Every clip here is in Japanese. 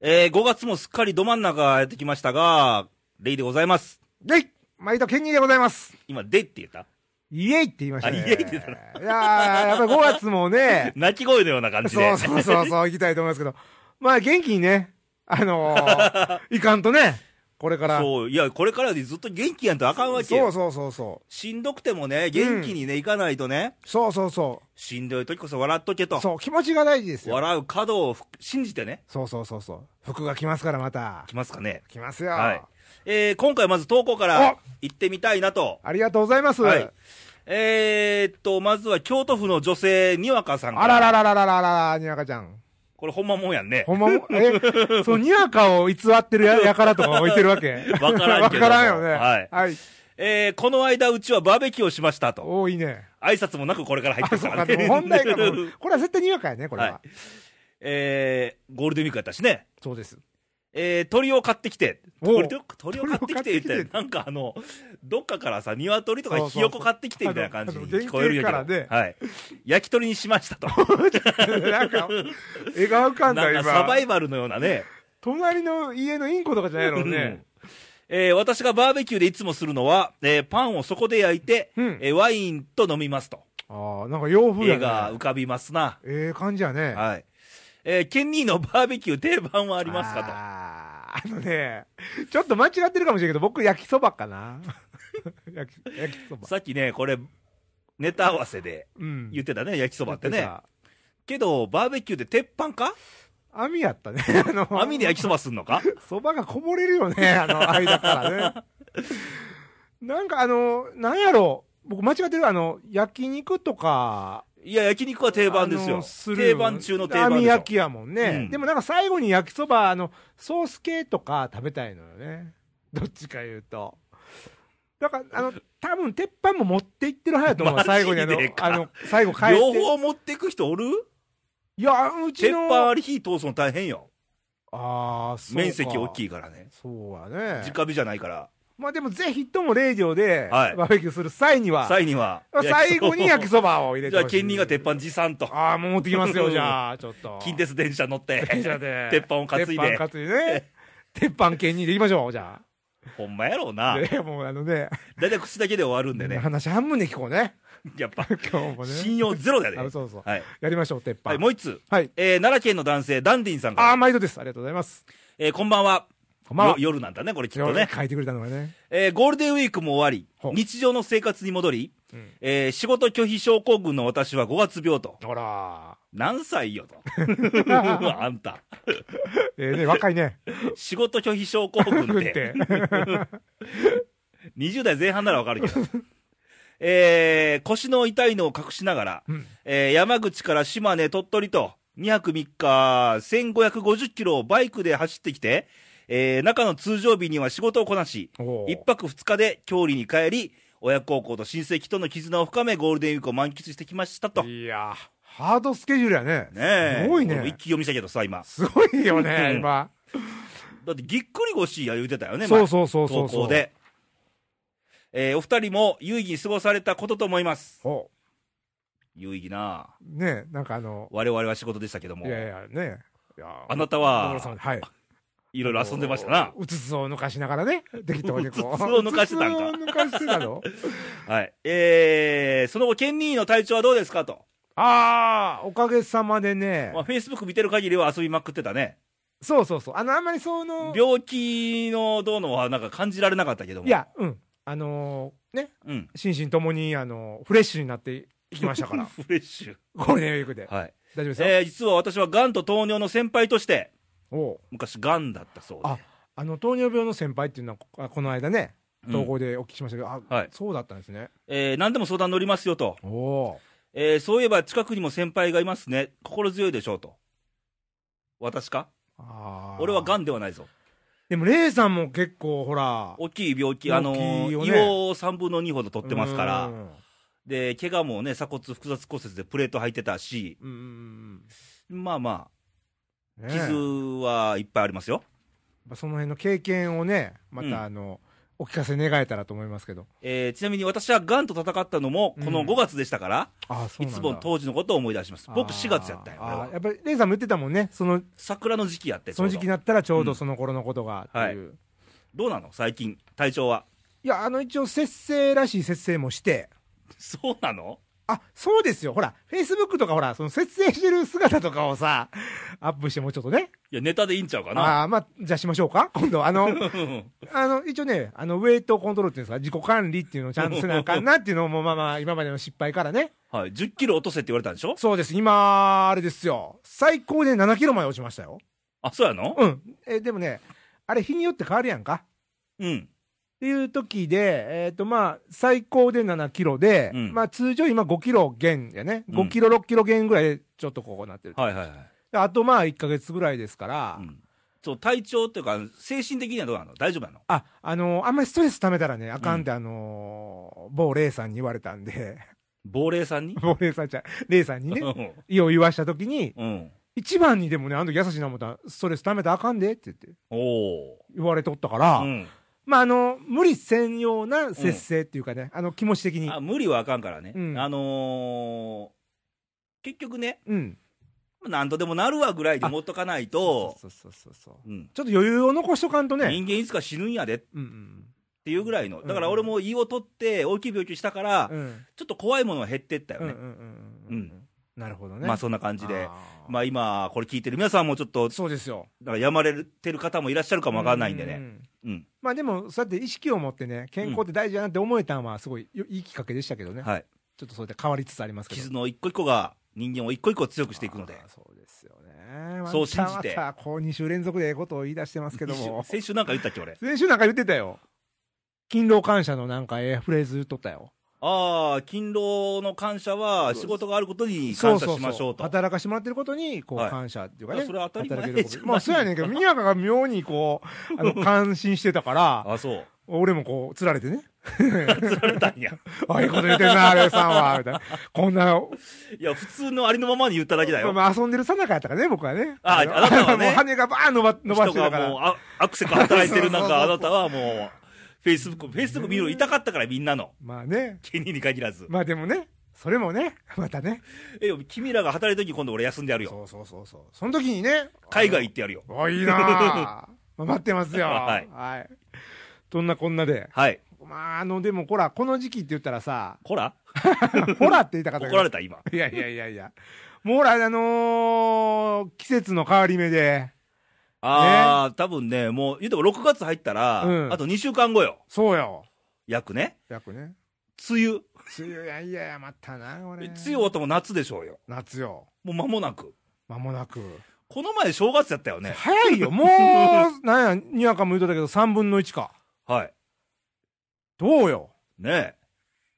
えー、5月もすっかりど真ん中やってきましたが、レイでございます。イェイ毎度ケニーでございます今、でって言 ったイエイって言いましたね。あイエイって言った、いやー、やっぱり5月もね泣き声のような感じそで。うそうそうそう、行きたいと思いますけど、まあ元気にね、あのー、いかんとね、これから。そういや、これからずっと元気やんとあかんわけそうよ。そうそうそう。しんどくてもね、元気にね、いかないとね、そうそうそしんどい時こそ笑っとけう。と。そう、気持ちが大事ですよ。笑う角をふ信じてね、そうそうそうそう。服が来ますからまた。来ますかね。来ますよ。はい。えー、今回まず投稿からお行ってみたいなと。ありがとうございます。はい。えー、っと、まずは京都府の女性、にわかさんから。あらららららららら、にわかちゃん。これほんまもんやんね。ほんまも、え、そのにわかを偽ってるややからとか置いてるわけわからんけども わからんよね。はいはい。えー、この間、うちはバーベキューをしましたと。おーいいね。挨拶もなくこれから入ってあ、きそたからうか、ね でも本題かも。これは絶対にわかやね、これは。はいえー、ゴールデンウィークやったしね。そうです。 えー、鳥を買ってきて。おう鳥を鳥を買ってきて鳥言を買ってきてって、なんかあの、どっかからさ、鶏とかそうそうひそうよこ買ってきてみたいな感じに聞こえるんやけど。あの原型はい。焼き鳥にしましたと。なんか、笑顔感なだ、んかサバ今。イバルのようなね。隣の家のインコとかじゃないのね。えー私がバーベキューでいつもするのは、えーパンをそこで焼いて、うんえーワインと飲みますと。ああ、なんか洋風絵やがね浮。かびますな。ええ感じやね。はい。えーケンニーのバーベキュー定番はあありますかあーあのね、ちょっと間違ってるかもしれんけど、僕焼きそばかな。 焼き、焼きと。そば。さっきね、これ、ネタ合わせでうん言ってたね、焼きそばってね。たけど、バーベキューで鉄板か網やったね。 あの網で焼きそばすんの かそばがこぼれるよね、 あの間からね。なんかあの、なんやろう、僕間違ってる、あの、焼肉とか、いや、焼肉は定番ですあよの。る定番中の定番網でしょ焼。きやもんね、うんでもなんか最後に焼きそば、あの、ソース系とか食べたいのよね。どっちか言うと。だから、あの、多分鉄板も持っていってるはやと思うわ。マジ最で後にあのか、あの、最後帰って。両方持ってく人おるいや、うち鉄板の。あり火通すの大変よ。ああ、そうか面積大きいからね。そうやね。直火じゃないから。まあでもぜひとも0畳で、はいバーベキューする際には、際には。最後に焼きそそばを入ば れじてゃあ、ほしいケンニーが鉄板持参と。ああ、もう持ってきま すよ、じゃあ、ちょっと。近鉄電車乗って。 電車で。鉄板を担いで鉄板担いでね。鉄板ケンニーでいきましょう、じゃほんまやろうあ。な。いや、もうあのね、だいたい口だけで終わるんでね。話半分で聞こうね。やっぱ、今日もね。信用ゼロだね。あそうそう。はい。やりましょう、鉄板。はい、もう一つ。はい。えー奈良県の男性、ダンディンさんかあら。あ、毎度です。ありがとうございます。えーこんばんは。こんばんはよ。夜なんだね、これきっとよねく。書いてくれたのがね。えーゴールデンウィークも終わりほう、日常の生活に戻り、うんえー仕事拒否症候群の私は5月病と。ほら。何歳 よと。あんた。ええね、若いね。仕事拒否症候群食っ、ってて。 20代前半ならわかるけど。えー腰の痛いのを隠しながら、うんえー山口から島根、鳥取と、2泊3日、1550キロをバイクで走ってきて、えー中の通常日には仕事をこなし、おー1泊2日で郷里に帰り、親孝行と親戚との絆を深め、ゴールデンウィークを満喫してきましたと。ねいやー、ハードスケジュールやね。え。すごい俺も一ね。気読みしたけどさ、今。すごいようね、ん今。だってぎっくり腰や言うてたよね、そう前そうそうそうそう。投稿で。えーお二人も有意義に過ごされたことと思います。お有意義なねなんかあの、我々は仕事でしたけどもい、やいや、ねいやあなたご苦労は様ではい。いろいろ遊んでましたな。うつつを抜かしながらね、適当にこ う。うつつを抜かしてたんかうつつを抜かして たのはい。えー、その後、ケンニーの体調はどうですかと。ああ、おかげさまでねまあ、。Facebook 見てる限りは遊びまくってたね。そうそうそう。あの、あんまりその、病気のどうのはなんか感じられなかったけども。い、や、うん。あのーね、うん。心身ともに、あの、フレッシュになっていきましたか ら。フレッシュ。ゴールデンウィークで。はい。大丈夫ですよ。えー、実は私は癌と糖尿の先輩として、おう昔癌だったそうで。あ、あの、糖尿病の先輩っていうのはこ、あこの間ね、うん投稿でお聞きしましたけど、あ、はいそうだったんですね。えー、何でも相談乗りますよと。おおえー、そういえば近くにも先輩がいますね。心強いでしょうと。私かー。あー俺は癌ではないぞ。でも、レイさんも結構、ほら、大きい病気、あ大きいのよー、硫ね黄を3分の2ほど取ってますかうら。んで、怪我もね、鎖骨複雑骨折でプレート入ってたし、うんうんまあまうん。あ、ねえ傷はいっぱいありますよ。まあその辺の経験をね、まうんたあの、お聞かせ願えたらと思いますけど。えーちなみに私はガンと戦ったのもこのうん5月でしたから、あそういなんだつも当時のことを思い出します僕4月やったんよあ俺ーあはーやっぱり、レイさんも言ってたもんね。その、桜の時期やってその時期にちょうなったらちょうどその頃のことがっていう。い、どどうなの最近体調は や、あの、一応、節制らしい節制もして、そうなのあ、そうですよ。ほら、Facebook とかほら、その節制してる姿とかをさ、アップしてもうちょっとね。いやネタでいいんちゃうかなああー、まあ、じゃあしましょうか今度、あの、うんあの、一応ね、あの、ウェイトコントロールっていうんですか、自己管理っていうのをちゃんとせなあかんなっていうのも、まあまあ、今までの失敗からね。はい、10キロ落とせって言われたんでしょそうです。今、あれですよ。最高で7キロまで落ちましたよ。あそうやのうん。え、でもね、あれ日によって変わるやんか。うんっていう時で、えっ、と、まあ、最高で7キロで、うんまあ、通常今5キロ減やね。5キロ、6キロ減ぐらいで、ちょっとこうなってる。はいはいはい、であと、まあ、1ヶ月ぐらいですから、うん、そう体調っていうか精神的にはどうなの大丈夫なのあ、あのーあんまりストレス溜めたらね、あかんって、あのー某レイさんに言われたんで、 亡霊さんに某レイさんじゃ、レイさんにね、 うん意を言わした時に、うん一番にでもね、あの時優しいな思ったら、ストレス溜めたらあかんでって言って、おお言われとったから、ー、うんまあ、あの、無理せんような節制っていうかね、あの、気持ち的に。あ無理はあかんからね、うんあのー結局ねうん。何とでもなるわぐらいで持っとかないとそうそうそうそう。うんちょっと余裕を残しとかんとね。人間いつか死ぬんやでっうんていうぐらいのだかうらん俺も胃を取って大きい病気したから、うん。うん。ちょっと怖いものは減ってったようんうんね、うんう。うんなるほどね。まあそんな感じであーまあ今これ聞いてる皆さんもちょっとそうですよ。だからやまれてる方もいらっしゃるかもわからないんでうねううん、まあでも、そうやって意識を持ってね、健康って大事だなって思えたんは、すごいよいいきっかけでしたけどね。はいちょっとそうやって変わりつつありますけど。傷の一個一個が人間を一個一個強くしていくのであーそうですよね。そう信じてまたまたこう2週連続でええことを言い出してますけども一。週先週なんか言ったっけ俺先週なんか言ってたよ。勤労感謝のなんかええフレーズ言っとったよ。ああ勤労の感謝は仕事があることに感謝しましょうと働かしてもらってることに、こ、はいう感謝っていうかいね。やそれは当たり前働けることじゃないまあ、そうやねんけど、みやかが妙にこう、あ の、感心してたから、あそう俺もこう、釣られてね。 釣られたんやああいうこと言ってんな、レイさんは、みたいな。こんな、いや普通のありのままに言っただけだよまあ、遊んでるさなかやったからね、僕はね。あのあなたはね もう羽がバーン伸ば伸ばし人てたがからもう。あアクセが働いてるなんかあ そなうそうそたはもうフェイスブックフェイスブック見るの痛かったからみんなのまあね。ケニーに限らずまあでもね、それもね、 またね。え君らが働いた時今度俺休んでやるよそうそうそうそう。その時にね。海外行ってやるよおい いなあまあ待ってますよ。はいはい。そんなこんなで。はいまあ、あの、でも、こら、この時期って言ったらさ、 こらほらって言いたかった怒られた今いやいやいやいや。もうほら、あのー季節の変わり目で、ああ、多分ね、もう、言うても6月入ったら、うんあと2週間後よ。そうよ。約ね。約ね。梅雨。梅雨や、いやいや、またな、俺。梅雨終わったらもう夏でしょうよ。夏よ。もう間もなく。間もなく。この前正月やったよね。早 いよ。もう、なんや、にわかも言うとったけど、3分の1か。はい。どうよ。ね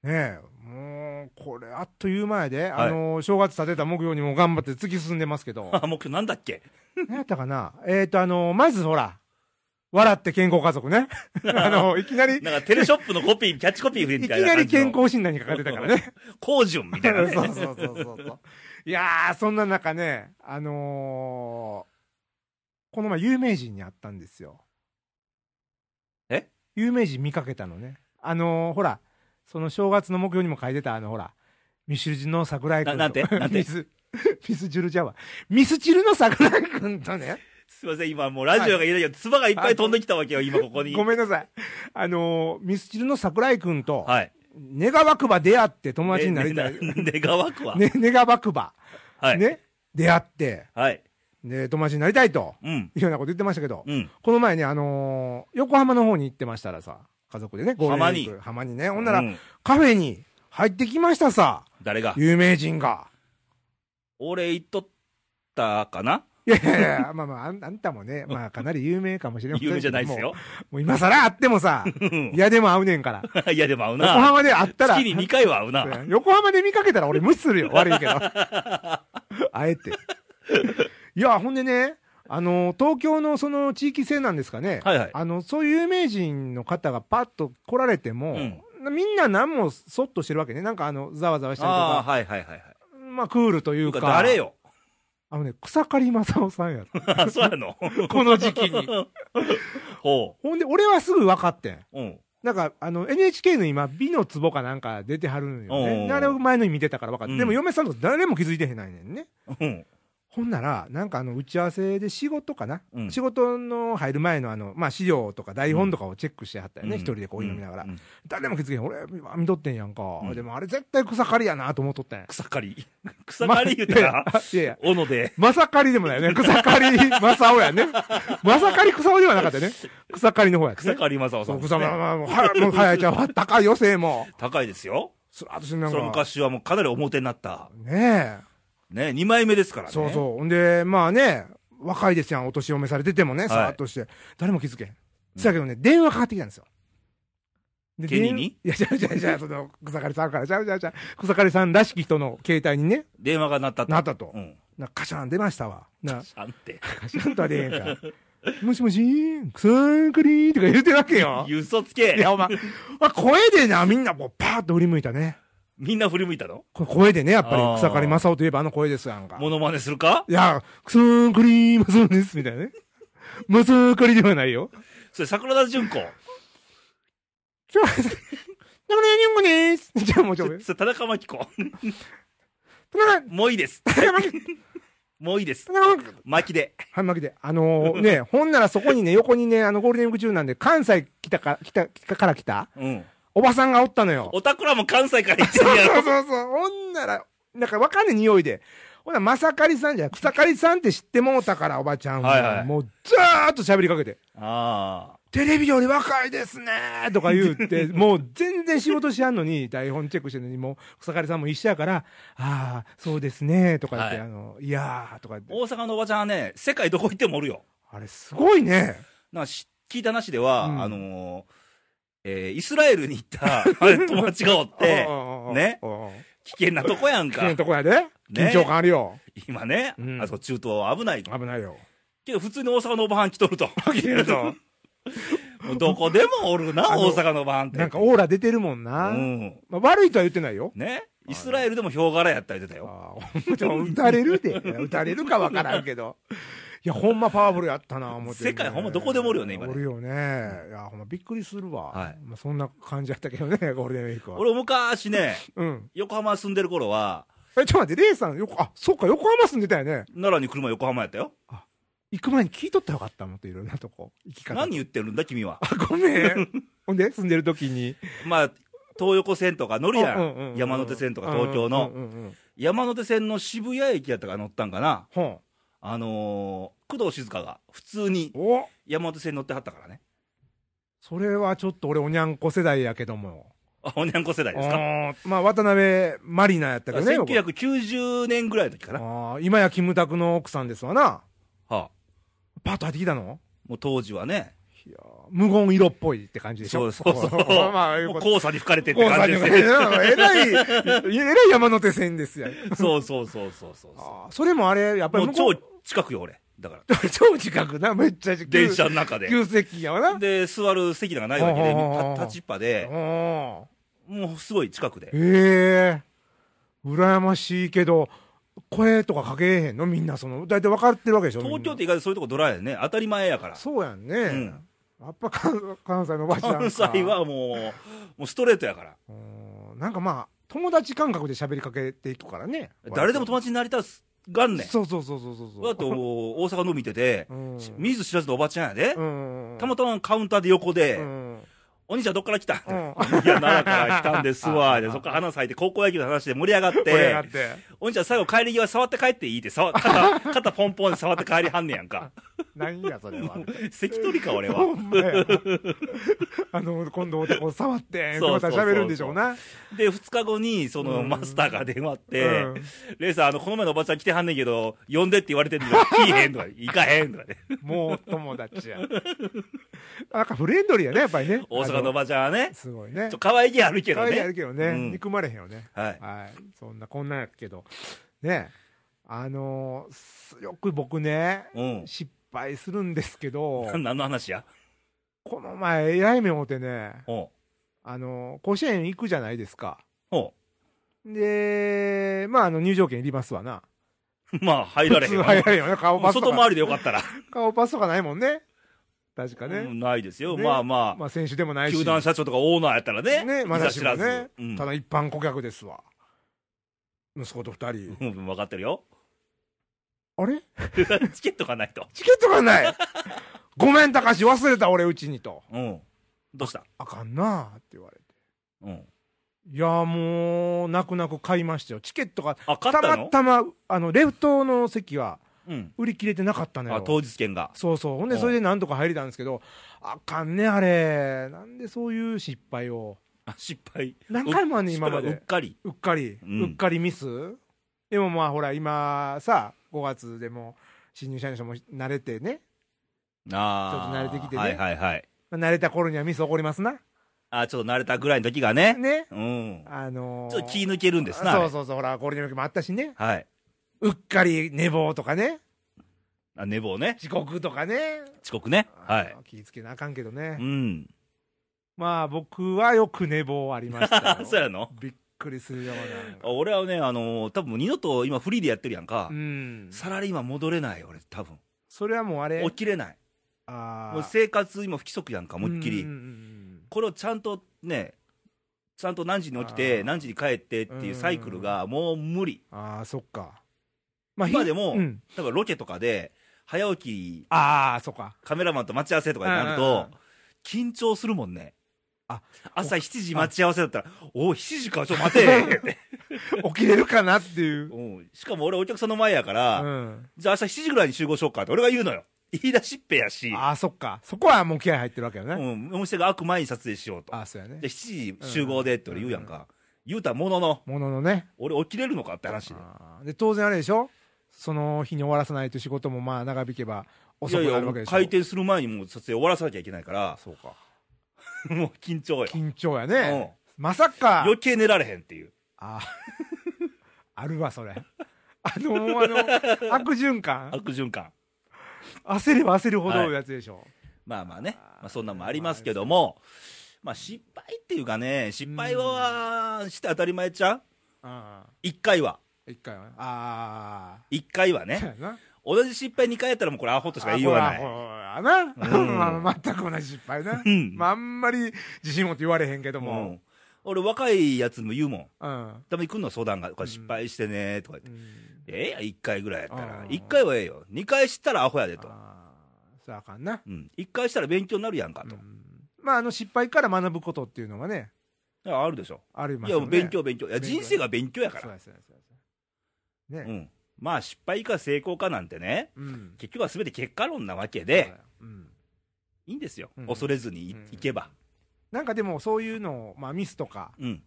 ねえ。もう、これ、あっという間やで。はいあのー正月立てた目標にも頑張って突き進んでますけど え。。 あ、目標なんだっけ何やったかなえっ、ー、と、あのーまずほら、笑って健康家族 ね。あのーいきなり、なんかテレショップのコピー、キャッチコピーみいきたいなな感りじの。健康診断にかかってたからね。工順みたいな、ね。そうそうそうそうそう。いやー、そんな中ね、あのー、この前有名人に会ったんですよ。え有名人見かけたのね。あのー、ほら、その正月の目標にも書いてた、あの、ほら、ミスチルの桜井君と。ななんてなんてミス、ミスチルじゃわ。ミスチルの桜井君とね。すいません、今もうラジオが言えないけど、唾がいっぱい飛んできたわけよ、今ここに。ごめんなさい。あのー、ミスチルの桜井君と、はい。願わくば出会って友達になりたい。ね、願わくは。ね、願わくば。はい。ね、出会って、はい。ね、友達になりたいと、うん。いうようなこと言ってましたけど、うん。この前ね、あのー横浜の方に行ってましたらさ、家族でね、ゴールデンウィーク浜にね。ほんなら、うカフェに入ってきましたさ、誰が有名人が。俺言っとったかないやい やいや、まあまあ、あんあんたもね、まあかなり有名かもしれませんけど有名じゃないですよも。うもう今更会ってもさ、いやでも会うねんから。いや、でも合う横 な。浜で会ったら、月に2回は合うな。横浜で見かけたら俺無視するよ。悪 いけど。あえて。いや、ほんでね、あの、東京のその地域性なんですかね。はいはいあの、そういう有名人の方がパッと来られても、みんな何もそっとしてるわけね。なんかあの、ざわざわしたりとああ、か、はいはいはいはい。まあクールとといいううか、か。誰よ。 あのね、草刈正雄さんやった。あそうやの。 この時期に。ほほんで、俺はすぐ分かってん。う。うん。なんか、あの、NHK の今、美の壺かなんか出てはるのよおうおね。うあれを前のに見てたから分かった。うんでも嫁さんと誰も気づいてへんないねんね。うん。ほんなら、なんかあの、打ち合わせで仕事かな、うん仕事の入る前のあの、まあ、資料とか台本とかをチェックしてはったよね。うん一人でこう飲みながら。うんうん誰も気づけへん。俺、今見とってんやんか。うんでもあれ絶対草刈りやなと思っとったんや。草刈り。草刈り言うたら、まあいやいや。斧で。まさかりでもないよね。草刈り、まさおやね。まさかり草おではなかったよね。草刈りの方やったね草刈り正雄さそんう、です草ね、まあまあ、もう、は、もう、早いちゃうわ。高いよ、せいも。高いですよ。すらっとしてんなそれんはか。昔はもうかなり表になった。ねね、2枚目ですかえ。らね。そうそう。ほんで、まあね、若いですやん、お年を召されててもね、さらっとして。誰も気づけん。そやけどね、電話かかってきたんですよ。でケニーに電話いや、じゃじゃじゃその、草刈さんから、じゃじゃじゃ草刈さんらしき人の携帯にね、電話が鳴ったとなったとう。ん。な、カシャン出ましたわ。な、シャンって。カシャンとは出えへんから。もしもしー、草刈りとか言ってるわけよ。嘘ついけや、お前、まあ声でな、みんなもうパーッと振り向いたね。みんな振り向いたのこれ声でね、やっぱあーり草刈正雄といえばあの声ですやんか。モノマネするかいや、草刈り正雄です、みたいなね。草刈りではないよ。それ桜田淳子。ちょ、中村にんこです。じゃあもうちょっと。それ田中真紀子。田中、もういいです。田中、もういい です。田中、真紀で。はい、負けて。あのー、ね、ほんならそこにね、横にね、あの、ゴールデンウィーク中なんで、関西来たか、来た、来たから来た、うん。おばさんがおったのよ。おたくらも関西から行ってるやそう ろ。そうそう。ほんなら、なんかわかんない匂いで。ほんなら、まさかりさんじゃ、草刈りさんって知ってもうたから、おばちゃんは。はいはいもう、ずーっと喋りかけて。あテレビより若いですねとか言う て、もう全然仕事しやんのに、台本チェックしてるのに、もう草刈さんも一緒やから、ああ、そうですねとか言って、はいあの、いやーとか言っあ。て、大阪のおばちゃんはね、世界どこ行ってもおるよ。あれすごいね。なんかし聞いた話では、うんあのーえーイスラエルに行ったあれ友達がおって、ねうんうんうん。危険なとこやん危か険。なとこやで。緊張感あるよ。今ね、うんあそこ中東危ない。危 ないよ。けど普通に大阪のおばはん来とると。危険と。もう どこでもおるな、あの大阪のおばはんって。なんかオーラ出てるもんうな。ん。まあ、悪いとは言ってないよ。ねイスラエルでもヒョウ柄やったり出たよ。ああ、でも打たれるで。打たれるかわからんけど。いや、ほんまパワフルやったな、思って、世界ほんまどこでもおるよね今ねおるよね。いや、ほんまびっくりするわ。はいまあ、そんな感じやったけどね、 ゴールデンウィークは。俺昔ね、うん。横浜住んでる頃は、え、ちょっと待って、レイさん、よこ、あ、そうか、横浜住んでたよね。奈良に車横浜やったよ。行く前に聞いとったらよかったもんといろんなとこ。行き方。何言ってるんだ君は。あ、ごめ ん。ほんで、住んでる時に。まあ、東横線とか乗るやうんうんうんうんん。山手線とか東京の。うんうんうんうん山手線の渋谷駅やったか乗ったんかな、ほん。あのー工藤静香が普通にお山手線乗ってはったからね、それはちょっと俺、おにゃんこ世代やけども。あおにゃんこ世代ですか、あーまあ、渡辺マリナやったけどね。僕1990年ぐらいの時かな、はああ、今やキムタクの奥さんですわな。あ、パッと入ってきたのもう当時はね、いやー無言色っぽいって感じでしそょうそうそう、ま あまあ、もうこ黄砂に吹かれてってうさ感んじにでもすね、ね、 えらい、えらい山手線ですよ。そうそうそうそうそうそあーそれもあれ、やっぱう、りもう向こ超う近くよ、俺、だから、超近くな、めっちゃ近い電車の中で、急席やわな。で座る席なんかないわけで、ほうほうほうほうた立ちっぱで、おーもうすごい近くで、へえ、羨ましいけど、声とかかけへんのみんな、その、大体分かってるわけでしょみんな東京って意外とそういうとこドライやね、当たり前やから。そうやんね。んやっぱ関関西のおばちゃんか関西はもう、もうストレートやから。うんなんかまあ、友達感覚で喋りかけていくからね。誰でも友達になりたすがんねん。そうそうそうそうそうそう。だってもう大阪の見てて、うん見ず知らずのおばちゃんやで、うんたまたまカウンターで横で、うんお兄ちゃんどっから来た、うんいや、奈良から来たんですわ。でそこから話咲いて、高校野球の話で盛り上がって、盛り上がって。お兄ちゃん最後帰り際触って帰っていいって、触肩、肩ポンポンで触って帰りはんねやんか。何やそれは。関取か、 俺ほは。んまやあの、今度男触って、そうまそたうそう喋るんでしょうな。で、2日後に、その、うんマスターが電話って、うんレイさん、あの、この前のおばちゃん来てはんねんけど、呼んでって言われてんの に、来いへんとか、行かへんとかね。もう友達や。なんかフレンドリーやね、やっぱりね。大阪のおばちゃんはねあの、すごいねちょ、。可愛げあるけ可ど愛いやねる。けどうね。ん憎まれへんよね。はい。はい、そんなこんなんやけど、ね、あのーすよく僕ね、うん。失敗するんですけど、何の話やこの前、えらい目をってね、おうあのー甲子園行くじゃないですか。おで、まあ、あの入場券いりますわな。うまあ、入られへん普通わ。入られへんよね、顔もうパスと外か。回りでよかったら。顔パスとかないもんね。確かうね。んないですよ。ねまあままあ、選手でもなあ、いし。球団社長とかオーナーやったらね。ね、まだしもね、うんただ一般顧客ですわ。息子と二人。うん、分かってる よ。あれチケットがないと。チケットがないごめん、たかし、忘れた、俺、うちにと。うん。どうしたあかんなあって言われて。うん。いやーもう、泣く泣く買いましたよ。チケットが、あ、勝たったまのたま、あの、レフトの席はうん。売り切れてなかったのよ。あ、当日券が。そうそう。ほんで、うんそれでなんとか入れたんですけど、あかんね、あれ。なんでそういう失敗を。あ、失敗。何回もあんねん、失敗今まうっで。かり。うっかり、うんうっかりミスでもまあ、ほら、今さ、5月でも、新入社員の人も慣れてね、ああ。ちょっと慣れてきてねはいはいはい。まあ慣れた頃にはミス起こりますな。あ、ちょっと慣れたぐらいの時がね。ね。うん。あのー、ちょっと気抜けるんですな。あそれうそうそう、ほら、ゴールデンウィークもあったしね。はい。うっかり寝坊とかね。あ、寝坊ね。遅刻とかね。遅刻ね。はいあ。の。気ぃつけなあかんけどね。うん。。まあ、僕はよく寝坊ありましたよそう やのびっくりするよあうな。俺はね、あのー多分二度と今フリーでやってるやんかう。ん。サラリーマン戻れない、俺、多分。それはもうあれ起、きれない。あもう生活今不規則やんか、思いっきり。り。これをちゃんとね、ちゃんと何時に起きてあ、ー何時に帰ってっていうサイクルがもう無理。ああ、そっか。まひ今でもうんだからロケとかで、早起き、ああ、そ っか。カメラマンと待ち合わせとかになるうんうんうとん、緊張するもんね。あ朝7時待ち合わせだったら、おお、7時か、ちょっと待てって、 起きれるかなっていう。うんしかも俺、お客さんの前やかうら、ん。じゃあ、明日7時ぐらいに集合しようかって、俺が言うのよ。言い出しっぺやし、ああ、そっか。そこはもう気合入ってるわけようね。ん、お店が開く前に撮影しようと。ああ、そうやねで、。7時集合でって俺言うやんか。言うたものの、もののね。俺起きれるのかって話で。あーで、当然あれでしょその日に終わらさないと仕事もまあ長引けばい遅やくいなや、るもわうけでしょ。回転する前にもう撮影終わらさなきゃいけない から、そうか。もう緊張よ。緊張やうんね。まさか。余計寝られへんっていう。あ ーあるわ、それ。 あの、あの、 悪循環。悪循環。焦れば焦るほどのやつでしょ。まあまあね、あーまあ、そんなんもありますけども、まあ失敗っていうかね、失敗はして当たり前ちゃうああ一回は。一回はね。ああ。一回はそうね。やな。同じ失敗二回やったらもうこれアホとしか言いようがなあほい。らうほんらな。 まあ全く同じ失敗な。うんまああんまり自信持って言われへんけどうも。ん俺若いやつにも言うもん。うん。たまに来んの相談が、これ失敗してねとか言って。うんええやん、1回ぐらいやったらあ。ー1回はええよ。2回したらアホやでと。あーそれはあかんな。うん。1回したら勉強になるやんかとう。んまああの失敗から学ぶことっていうのはね、いやあるでしょ。ありいまや、すよもうね。勉強勉強。いや、勉強ね人生が勉強やかそうら。ですそうですそうでうすね。ん。まあ、失敗か成功かなんてね、うん。結局は全て結果論なわけそうでだ、ようんいいんですよう。ん恐れずにいうんいけば。なんかでもそういうのを、まあミスとか、うん。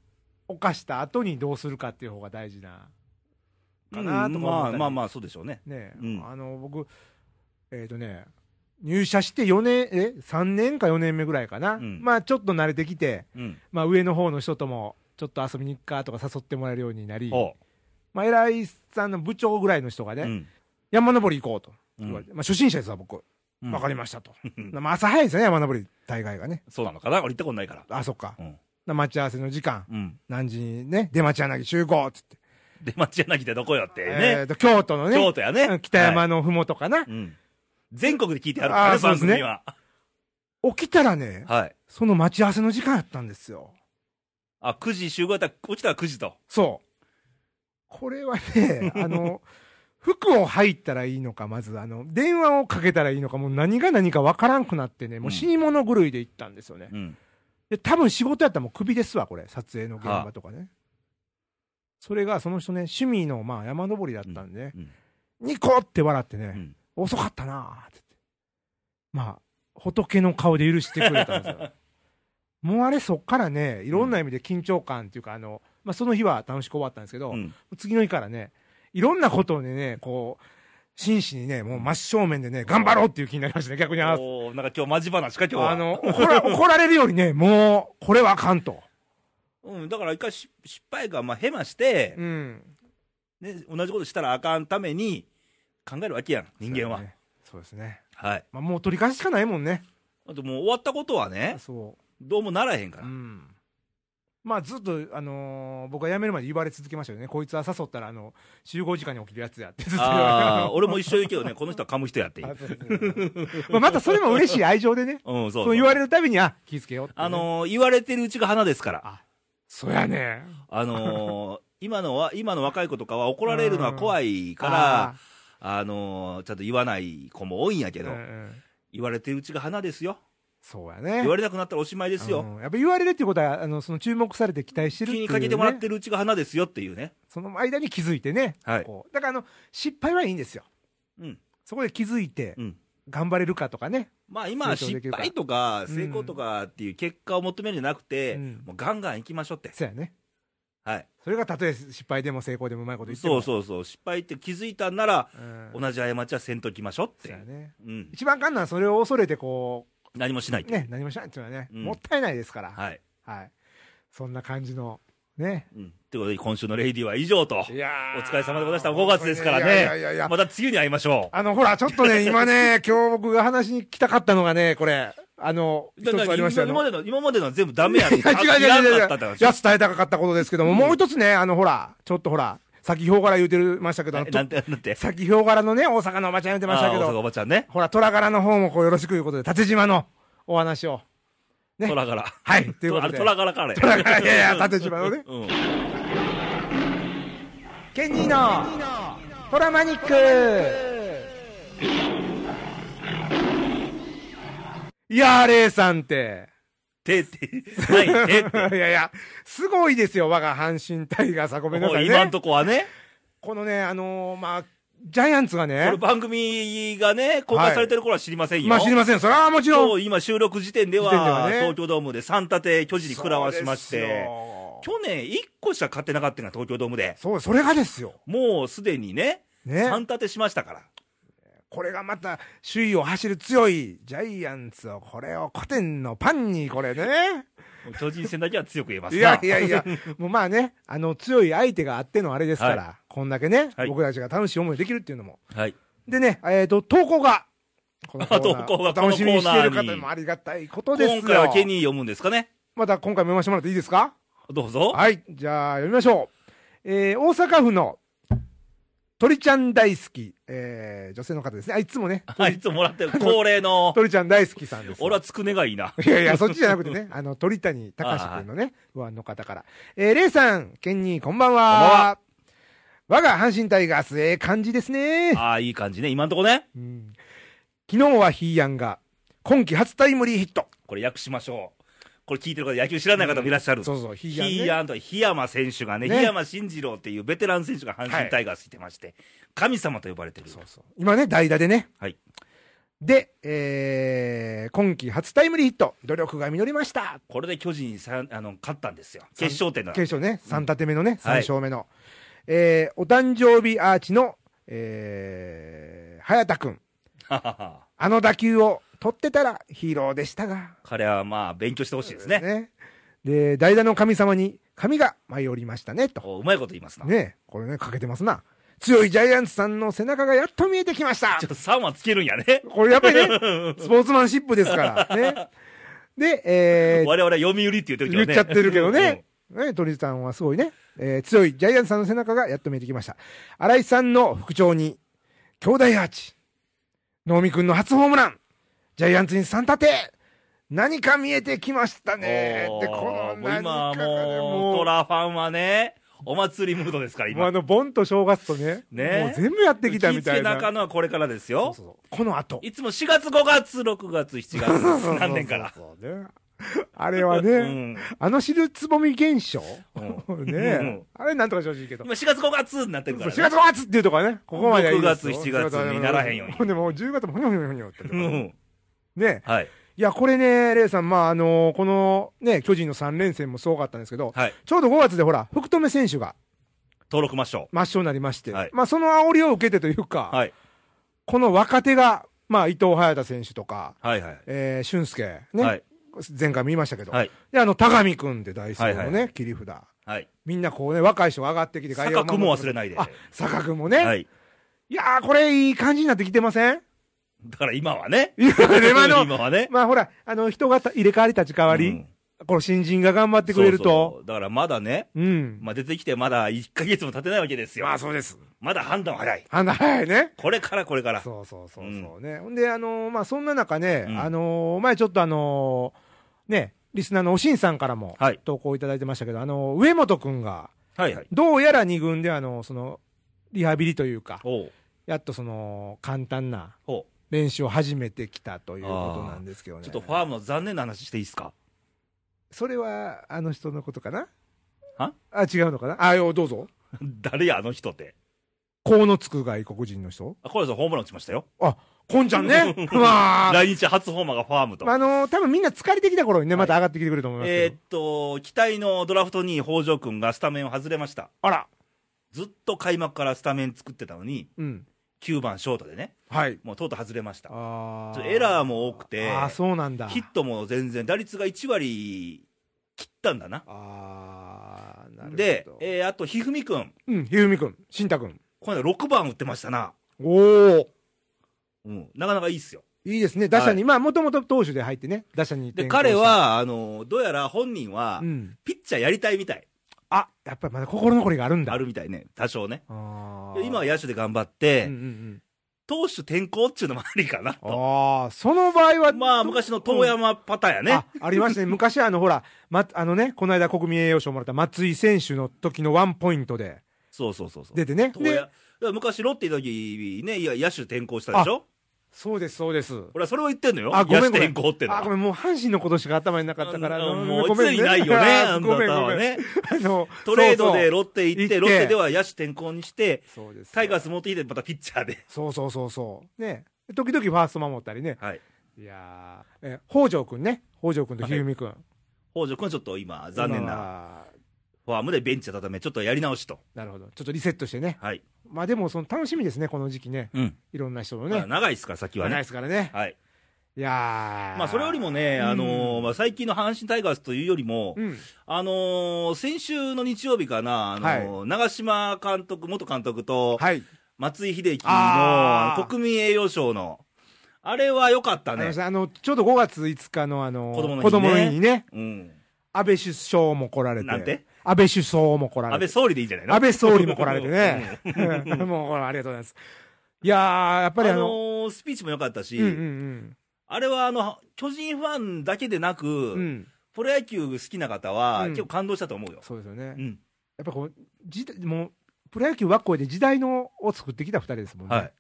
犯した後にどうするかっていう方が大事な。うかんなまあとか思ったりまあまあ、そうでしょうね。ねえ、うんあの僕、えっ、とね、入社して4年、え ?3 年か4年目ぐらいかな、うんまあちょっと慣れてきて、うん。まあ上の方の人とも、ちょっと遊びに行くかとか誘ってもらえるようになり、ほまあ偉いさんの部長ぐらいの人がう。ね、うん。山登り行こうと言われて、まあ初心者ですわ、僕。わ、かりましたと。うんまあ朝早いですよね、山登り大概がね。そうなのかな俺行ったことないから。あ、そっか。うんな待ち合わせの時間、うん。何時にね、出町柳集合っつって。出町柳ってどこよってえねー。と、京都のね、京都やねうん。北山のふもとかな、はい。うん。全国で聞いてあるからあね、ーそう番ですね組は。起きたらね、はい。その待ち合わせの時間やったんですよ。あ、9時集合やったら、起きたら9時と。そう。これは ね、あの、服を履いたらいいのか、まず、あの、電話をかけたらいいのか、もう何が何かわからんくなってね、もう死に物狂いで行ったんですよね。うん。で、多分仕事やったらもう首ですわ、これ。撮影の現場とかね。それが、その人ね、趣味の、まあ、山登りだったんで、うんニコって笑ってうね、ん遅かったなーって言って。まあ、仏の顔で許してくれた んですよ。もうあれ、そっからね、いろんな意味で緊張感っていうか、あの、まあ、その日は楽しく終わったんですけど、うん次の日からね、いろんなことでね、こう、真摯にね、もう真正面でね、頑張ろうっていう気になりましたね、逆に。あおーなんか今日、マジ話か、今日は。あの、怒ら、怒られるよりね、もう、これはあかんと。うん、だから一回し失敗が、まあ、ヘマしてう、ん。ね、同じことしたらあかんために考えるわけやん、人間は。そうですね。はい。まあ、もう取り返すしかないもんね。あともう終わったことはね、そどうもならへんかう。ら。うん。まあずっと、あのー僕は辞めるまで言われ続けましたよね。こいつは誘ったら、あの、集合時間に起きるやつやってずっと言 ああ、わ俺も一緒言うけどね、この人は噛む人やってれ言て。う。あそうそうそうまあまたそれも嬉しい愛情でね。うん、そうそうそう言われるたびに、あ、気ぃつけようってね、あのー言われてるうちが花ですから。そうやね。あのー今のは、今の若い子とかは怒られるのは怖いからあ、あのーちゃんと言わない子も多いんやけー、ど、うんうん言われてるうちが花ですよ。そうやね。言われなくなったらおしまいですよ。うんやっぱ言われるってことは、あの、その注目されて期待してるっ気ていう、にね。かけてもらってるうちが花ですよっていうね。その間に気づいてね。はい。こうだから、あの、失敗はいいんですよ。うん。そこで気づいてう、ん。頑張れるかとかね。まあ今は成長失できるから敗とかうん成功とかっていう結果を求めるんじゃなくて、うんもうガンガン行きましょうって。そうやね。はい。それがたとえ失敗でも成功でもうまいこと言ってそも。うそうそう。失敗って気づいたんなら、うん。同じ過ちはせんときましょうっそうて。やね。うん。一番簡単なのはそれを恐れてこ何もしないっう、て。ね、何もしないっていうのはね、うんもったいないですから。はい。はい。そんな感じの、ね。うん。ということで、今週のレイディは以上と。やお疲れ様でございました5月ですからねいやいやいやいやまた次に会いましょあの、ほら、ちょっ とね、今ね、今日僕が話しに来たかったのがね、これ、あの、う。一つありましたよ、今今。までねの、今までのは全部ダメやねいや 違う違う違う違うあ違かったって話いや、伝えたかったことですけども、もう一つね、あの、ほら、ちょっとほら、先表から言うてましたけど、あのえなんて、なんて。先表柄のね、大阪のおばちゃん言うてましたけあー大阪ど、おばちゃんね。ほら、虎柄の方もこうよろしくいうことで、縦島のお話を。ね虎柄。 はい、というこあとれ、で。虎柄からや。虎柄いやいや、縦島 のね。うん。ケニーのトラマニックいやー、レイさんって。てって、 ない、てっいて。 やいや、すごいですよ、我が阪神タイガ ーさん。ごめんなさい今んね。とこはね、このね、あのー、まあ、ジャイアンツがこねれ、番組がね、公開されてる頃は知りませんよ。まあ知りません。それはもちろん。今日今収録時点では時点ではね東京ドームで3立て巨人に食らわしましそうですて、よ去年1個しか勝ってなかったんが東京ドームで、そう、それがですよ。もうすでにね、ね。 3立てしましたから。これがまた、首位を走る強いジャイアンツを、これを古典のパンに、これね。もう巨人戦だけは強く言えますいな。やいや いや、もうまあね、あの、強い相手があってのあれですから、はこんだけね、はい僕たちが楽しい思いできるっていうのも。はい。でね、えっ、と、投稿が、このコーナー投稿がお楽しみにしているこのコーナーに方もありがたいことですよ。今回はケニー読むんですかねまた今回も読ませてもらっていいですかどうぞ。はい、じゃあ読みましょう。えー大阪府の鳥ちゃん大好き、えー女性の方ですね。あ、いつもね、はい、いつももらってる恒例 の、鳥ちゃん大好きさんです。俺はつくねがいいな。いやいや、そっちじゃなくて ね、あの、鳥谷隆史君のね、不安の方から。えー、レイさん、ケンニー、こんばんは。こんばんは我が阪神タイガース、ええ感じですね。ああ、いい感じね。今んとこね。うん昨日はヒーヤンが、今季初タイムリーヒット。これ訳しましょう。これ聞いてる方、野球知らない方もいらっしゃる。そうそう、ヒヒーヤン、ね。ーヤンとか檜山選手がね、ね檜山慎二郎っていうベテラン選手が阪神タイガースにいてまして、神様と呼ばれてる。そうそう。今ね、代打でね。はい。で、えー、今季初タイムリーヒット。努力が実りました。これで巨人にさあの勝ったんですよ。決勝点だ。決勝ね、3立て目のね、はい3勝目の。えー、お誕生日アーチの、えー、早田くん。はははあの打球を取ってたらヒーローでしたが。 彼はまあ、勉強してほしいですね。ね。で、代打の神様に神が舞い降りましたね、と。こううまいこと言いますな。ねこれね、かけてますな。強いジャイアンツさんの背中がやっと見えてきましたちょっと3はつけるんやね。これやっぱりね、スポーツマンシップですから。ね。で、えー我々は読売って言ってるけ言どっね。ちゃってるけどね。ね、鳥さんはすごいね。えー強いジャイアンツさんの背中がやっと見えてきました。新井さんの副長に、兄弟アーチ。能見くんの初ホームラン。ジャイアンツに3立て。何か見えてきましたね。おーで、このもう何今かがはねもう、トラファンはね、お祭りムードですから、もうあ今。の、ボンと正月とね、ねもう全部やってきたみたいな。気付けかのはこれからですそうよ。そうそうこの後。いつも4月、5月、6月、7月、3年から。そうそうそうねあれはね、うんあの汁つぼみ現象、う ねうんあれなんとかしてほしいけど。今4月5月になってるから、ね。 4月5月っていうとこはね、ここまではいいですよ6月7月にならへんように ほでもう10月もふにょふにょふにょってとこうね。ん。 ねはい。いや、これね、レイさん、まあ、あのこのね、巨人の3連戦もすごかったんですけど、はい。ちょうど5月でほら、福留選手が登録抹消。抹消になりまして、はいまあ、その煽りを受けてというか、はい。この若手が、まあ、伊藤隼太選手とか、はいはい。えー、俊介、ね、はい。前回も言いましたけど、はい。で、あの、田上君って大好きのね、はいは切り札。はい。みんなこうね、若い人が上がってきて外野を坂守君る、も忘れないで。あ、坂君もね。、はいい。やー、これいい感じになってきてませんだから今はね。 いや、でもあの、 今はね。まあほら、あの、人がた入れ替わり立ち替わり、うんこの新人が頑張ってくれるそうと。そうだからまだね、うん。まあ、出てきてまだ1ヶ月も経てないわけですよ。あそうです。まだ判断は早い。あんな早いね。これからこれから。そうそうそうそうね。ほんで、あのーまあ、そんな中ね、うんあのー前ちょっとあのーね、リスナーのおしんさんからもはい、投稿いただいてましたけど、あのー上本くんが、はいはい。どうやら二軍であのーその、リハビリというか、おうやっとその、簡単なおう練習を始めてきたということなんですけどね。ちょっとファームの残念な話していいですか それは、あの人のことかなはあ、違うのかなあ、よ、どうぞ。誰や、あの人って。甲のつく外国人の人あ、これさんホームラン打ちましたよ。こんちゃんね。 うわー来日初ホーマーがファームと。まああのー多分みんな疲れてきた頃にね、はいまた上がってきてくれると思いますえけーどっ。と、期待のドラフト2位、北条君がスタメンを外れました。あら。ずっと開幕からスタメン作ってたのに、うん。 9番ショートでね、はい。もうとうとう外れました。あちょっとエラーも多くてあーそうなんだ。ヒットも全然、打率が1割切ったんだな。あーなるほど。で、えーあと、ひふみ君、うん、ひふみくん、しんたくん。この間6番打ってましたな。おおうん、なかなかいいっすよ。いいですね。打者に、まあ、もともと投手で入ってね、打者にで、転向した彼、は、あの、どうやら本人はう、ん。ピッチャーやりたいみたい。あ、やっぱりまだ心残りがあるんだ。あるみたいね、多少ね。あでー。今はや野手で頑張って、うんうんうん。投手転向っていうのもありかなと。ああ、その場合は、 まあ、昔の遠山パターンやね。あありましたね、昔、あのほら、ま、あのね、この間、国民栄誉賞もらった松井選手の時のワンポイントでそうそうそうそう。出てね、遠山でだから昔、ロッテの時ね、いや野手転向したでしょそうです、そうです、俺はそれを言ってんのよ。あごめん野手転向ってのはあごめん、もう阪神のことしか頭になかったから、あうんもうごめんいついないよ ね、あんたごめん、ごはめん、ね。あのトレードでロロッテ行っ行ってて、ロッテでは野手転向にして、そうですタイガース持ってきて、またピッチャーで。 そうそうそうそう、ね、時々ファースト守ったりね、はい。いやー、え北条君ね、北条君とひふみ君、北条君ちょっと今、残念なな。ファームでベンチ畳め、ちょっとやり直しと。なるほどちょっとリセットしてね、はい。まあでもその楽しみですね、この時期ね、うん。いろんな人のまあね、長いですから、先は長いでね。すからね、はい。いやーまあ、それよりもね、あのーまあ、最近の阪神タイガースというよりも、うん、あのー先週の日曜日かな、あのー長嶋監督、元監督と、はい、松井秀喜のああーの国民栄誉賞の、あれは良かったありまねし。たあのちょうど5月5日のあの子供の日ね子供の日にね、うん。安倍首相も来られて、なんて安倍首相も来ら安れ倍て、総理でいいんじゃないの安倍総理も来られてね、 もうありがとうございます。いやー、やっぱりああのの、ースピーチも良かったし、うんうんあれはあの巨人ファンだけでなく、うん、うん、プロ野球好きな方は、うん結構感動したと思うよ。そうですよね、うやっん、ぱこう、時代もうプロ野球はこれで時代のを作ってきた2人ですもんね。はい。やっ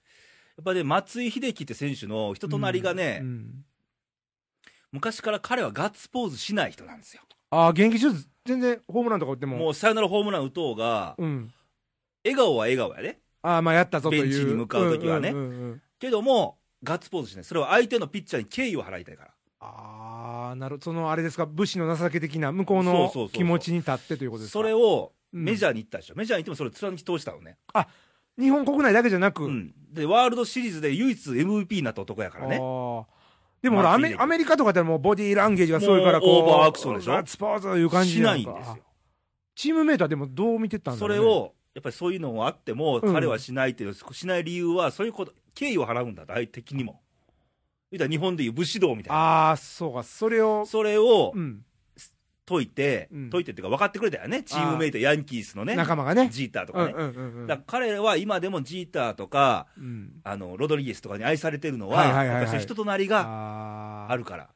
ぱね、松井秀喜って選手の人となりがね、うんうん昔から彼はガッツポーズしない人なんですよ。ああ、現役中、全然ホームランとか打っても、もうサヨナラホームラン打とうが、うん、笑顔は笑顔やね。ああ、まあやったぞという。ベンチに向かう時はねんうんうんうんけども、ガッツポーズしない。それは相手のピッチャーに敬意を払いたいから。ああ、なるそのあれですか、武士の情け的な、向こそううそのうそうそう気持ちに立ってということですか。それをうんメジャーに行ったでしょ。メジャーに行ってもそれを貫き通したのね。日本国内だけじゃなく、うん。で、ワールドシリーズで唯一 MVP になった男やからあね。ーでもほらア松井メ、秀喜アメリカとかでもうボディーランゲージがすごいからこう、もうオーバーアクションでしょガッツポーズという感じしないんですかよ。チームメイトはでもどう見てたんだそろう、ね、れ、を、やっぱりそういうのがあっても、うん彼はしないっていう、しない理由は、そういうこと、敬意を払うんだと、相手的にも。言うたら日本でいう武士道みたいな。ああ、そうか、それを、それをうん、解いて、うん解いてっていうか分かってくれたよね。チームメイト、ヤンキースのね、仲間がね、ジーターとうんかうね。んうんうんだから彼は今でもジーターとか、うん、あの、ロドリゲスとかに愛されてるのはは、いはいはいはいやっぱりそういう人となりがああるから。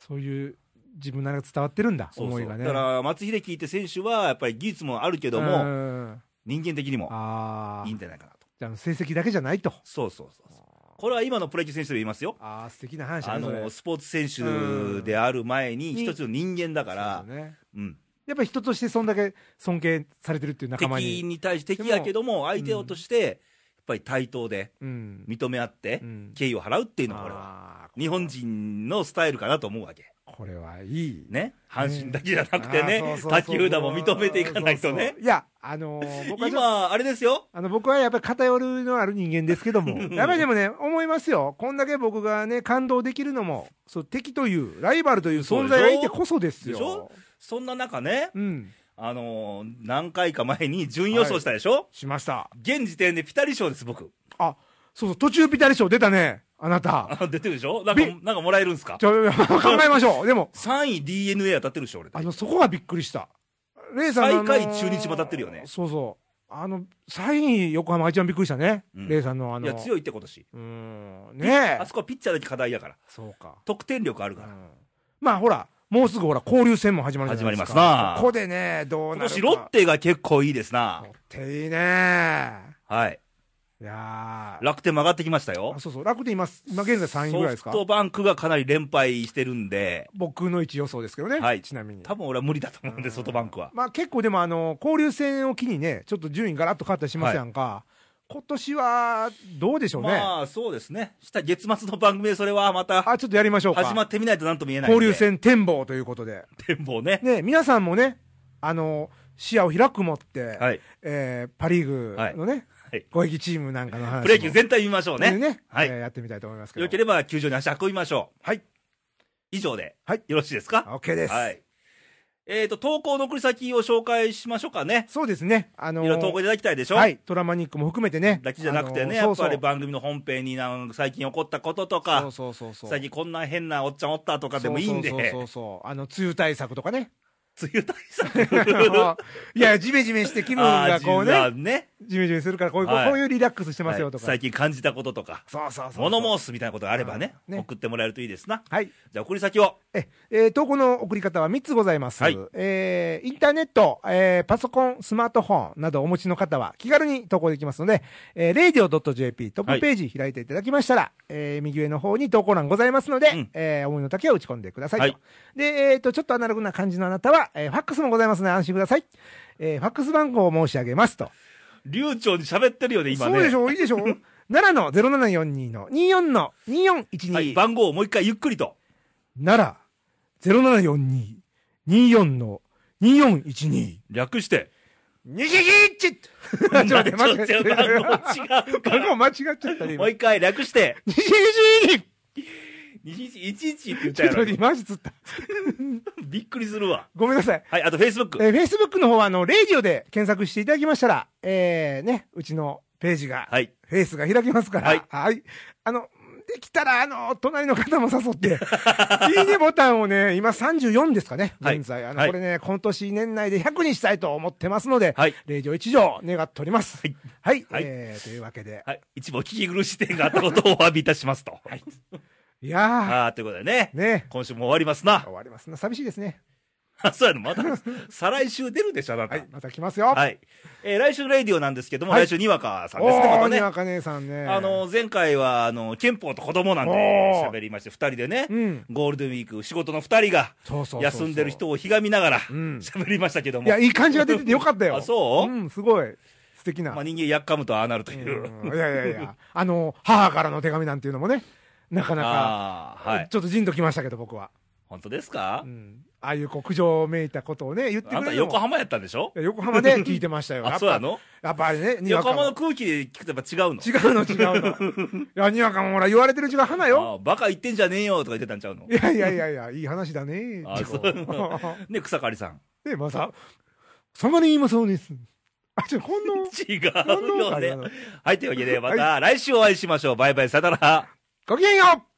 そういう自分なら伝わってるんだ、そうそう思いがね。だから、松井秀喜って選手は、やっぱり技術もあるけどうも、ん人間的にもああいいんじゃないかなと。じゃあ成績だけじゃないと。そうそうそうそう。これは今のプロ野球選手で言いますよ。ああ、素敵な話だあねそれのスポーツ選手である前に、うん一つの人間だからそう、だね、うん、やっぱり人としてそんだけ尊敬されてるっていう仲間敵に、に対して敵やけども、相手をとして、やっぱり対等でうん認め合ってう、ん敬意を払うっていうのが、これは、あー日本人のスタイルかなと思うわけ、これはいい、ね、阪神だけじゃなくてあーね、そうそう他そう球団も認めていかないとそうそうねそ、ういや、あのー僕はちょっと今、あれですよ、あの僕はやっぱり偏るのある人間ですけ ども、やっぱりでもね、思いますよ、こんだけ僕がね、感動できるのも、そう敵という、ライバルという存在がいてこそですよ。でしょそんな中ね、うん、あのー何回か前に準予想したでしょ、しました。現時点でピタリ賞です、僕、あそうそう、途中ピタリ賞出たね。あなた。あ出てるでしょなんか、びなんかもらえるんすかちょ、考えましょう。でも、 ?3 位 DNA 当たってるでしょ、俺。あの、そこがびっくりした。レイさんのあの最下位中日も当たってるよねそうそう。あの、3位横浜が一番びっくりしたね。うんレイさんのあの。いや、強いって今年。うーん。ねあえ。そこはピッチャーだけ課題やから。そうか。得点力あるうから。んまあほら、もうすぐほら、交流戦も始まるじゃないです始か。まりますなここでね、どう今なるか。年ロッテが結構いいですなロ。ッテいいね。はい。いやー楽天も上がってきましたよあ。そうそう、楽天今す、今現在3位ぐらいですソかフトバンクがかなり連敗してるんで、僕の位置予想ですけどね、はいちなみに。多分俺は無理だと思うんうで、んソフトバンクは。まあ結構でもあの、交流戦を機にね、ちょっと順位がらっと変わったりしますやんか。今年は、どうでしょうね。まあ、そうですね。した月末の番組でそれはまたあ、ちょっとやりましょうか。始まってみないとなんとも言えないんで。交流戦展望ということで。展望ね。ね、皆さんもね、あの、視野を開くもって、はい。えーパリーグのね、はい攻撃チームなんかの話もプロ野球全体見ましょうね。ね、はいえーやってみたいと思いますけど。よければ球場に足運びましょう。はい。以上で。はいよろしいですか OK です。はい。えっと、投稿の送り先を紹介しましょうかね。そうですね。あいのろいろ投稿いただきたいでしょはい、トラマニックも含めてね。だけじゃなくてね、やあのっぱりそう番組の本編になんか最近起こったこととそうか、そうそうそう。最近こんな変なおっちゃんおったとかでもいいんで、 そうそうそうそうあの、梅雨対策とかね。梅雨対 あ策。のいや、ジメジメして気分がこうあねー、ねジメジメするから、こういう、はいこういうリラックスしてますよとはか。い最近感じたこととか、そうそうそう。物申すみたいなことがあればねうんね送ってもらえるといいですな。はい。じゃあ送り先を。え、えー投稿の送り方は3つございます。はいえーインターネット、えーパソコン、スマートフォンなどお持ちの方は気軽に投稿できますので、えー、radio.jp トップページ開いていただきましたら、えー右上の方に投稿欄ございますので、うんえー思いの丈を打ち込んでくださいと。はいで、えっ、と、ちょっとアナログな感じのあなたは、えーファックスもございますので安心ください。えーファックス番号を申し上げますと。流暢に喋ってるよね、今ね。そうでしょういいで しょう奈良の0742の24の2412。はい、番号をもう一回ゆっくりと。奈良0742-24の2412。略して。にじぎっちちょちょっとっ待とって、番待号っ違て。うか番 ら。号間違っちゃったね、も今う。一回略して。にじぎ2111って言っちたょっやとろ待っ。て、マジつった。びっくりするわ。ごめんなさい。はい、あと Facebook。えー、Facebook の方は、あの、レイジオで検索していただきましたら、えー、ね、うちのページが、はい。フェイスが開きますから、はいあの、できたら、あの、隣の方も誘って、 いいねボタンをね、今34ですかね、はい現在。あの、はいこれね、今年年内で100にしたいと思ってますので、はい。 0条1条願っております。はい。はい。はいえー、というわけで。はい。一部お聞き苦しい点があったことをお詫びいたしますと。はい。いやああ、ということでね。ー、ね、今週も終わりますな。 終わりますな。寂しいですね。あそうやの、また、再来週出るでしょ、あなた。ははいい。。また来ますよ。えー来週のレイディオなんですけども、はい来週にわかさんおですね、まー、たにね。わか姉さんね。あ、の、前回は、あの、憲法と子供なんでおー喋りまして、二人でね、うん。ゴールデンウィーク、仕事の二人が、そうそうそうそう休んでる人をひがみながら、うん喋りましたけども。いや、いい感じが出ててよかった よ。あそううん、すごい。素敵な。まあ、人間やっかむとああなるという。うんいやいやいや、あの、母からの手紙なんていうのもね、なかなか、ああ、はい。ちょっとじんときましたけど、僕は。本当ですか、うんああいうこう苦情めいたことをね、言ってくれあるんのたも横浜やったんでしょいや横浜で聞いてましたよ。やあ、っそうやぱのやっぱりね、にわ横か浜もの空気で聞くとやっぱ違うの違うの違 うの。いや、にわかもほら、言われてるうちが花よ。ああバカ言ってんじゃねえよとか言ってたんちゃうのいやいやいやいや、いい話だね。あそう ね、草刈さん。で、まあさ、そんなに今そうです。あ、ちょ、こんな、違うこんな、よあれなねの。はい、というわけで、また来週お会いしましょう。バイバイ、さよなら。ごきげんよう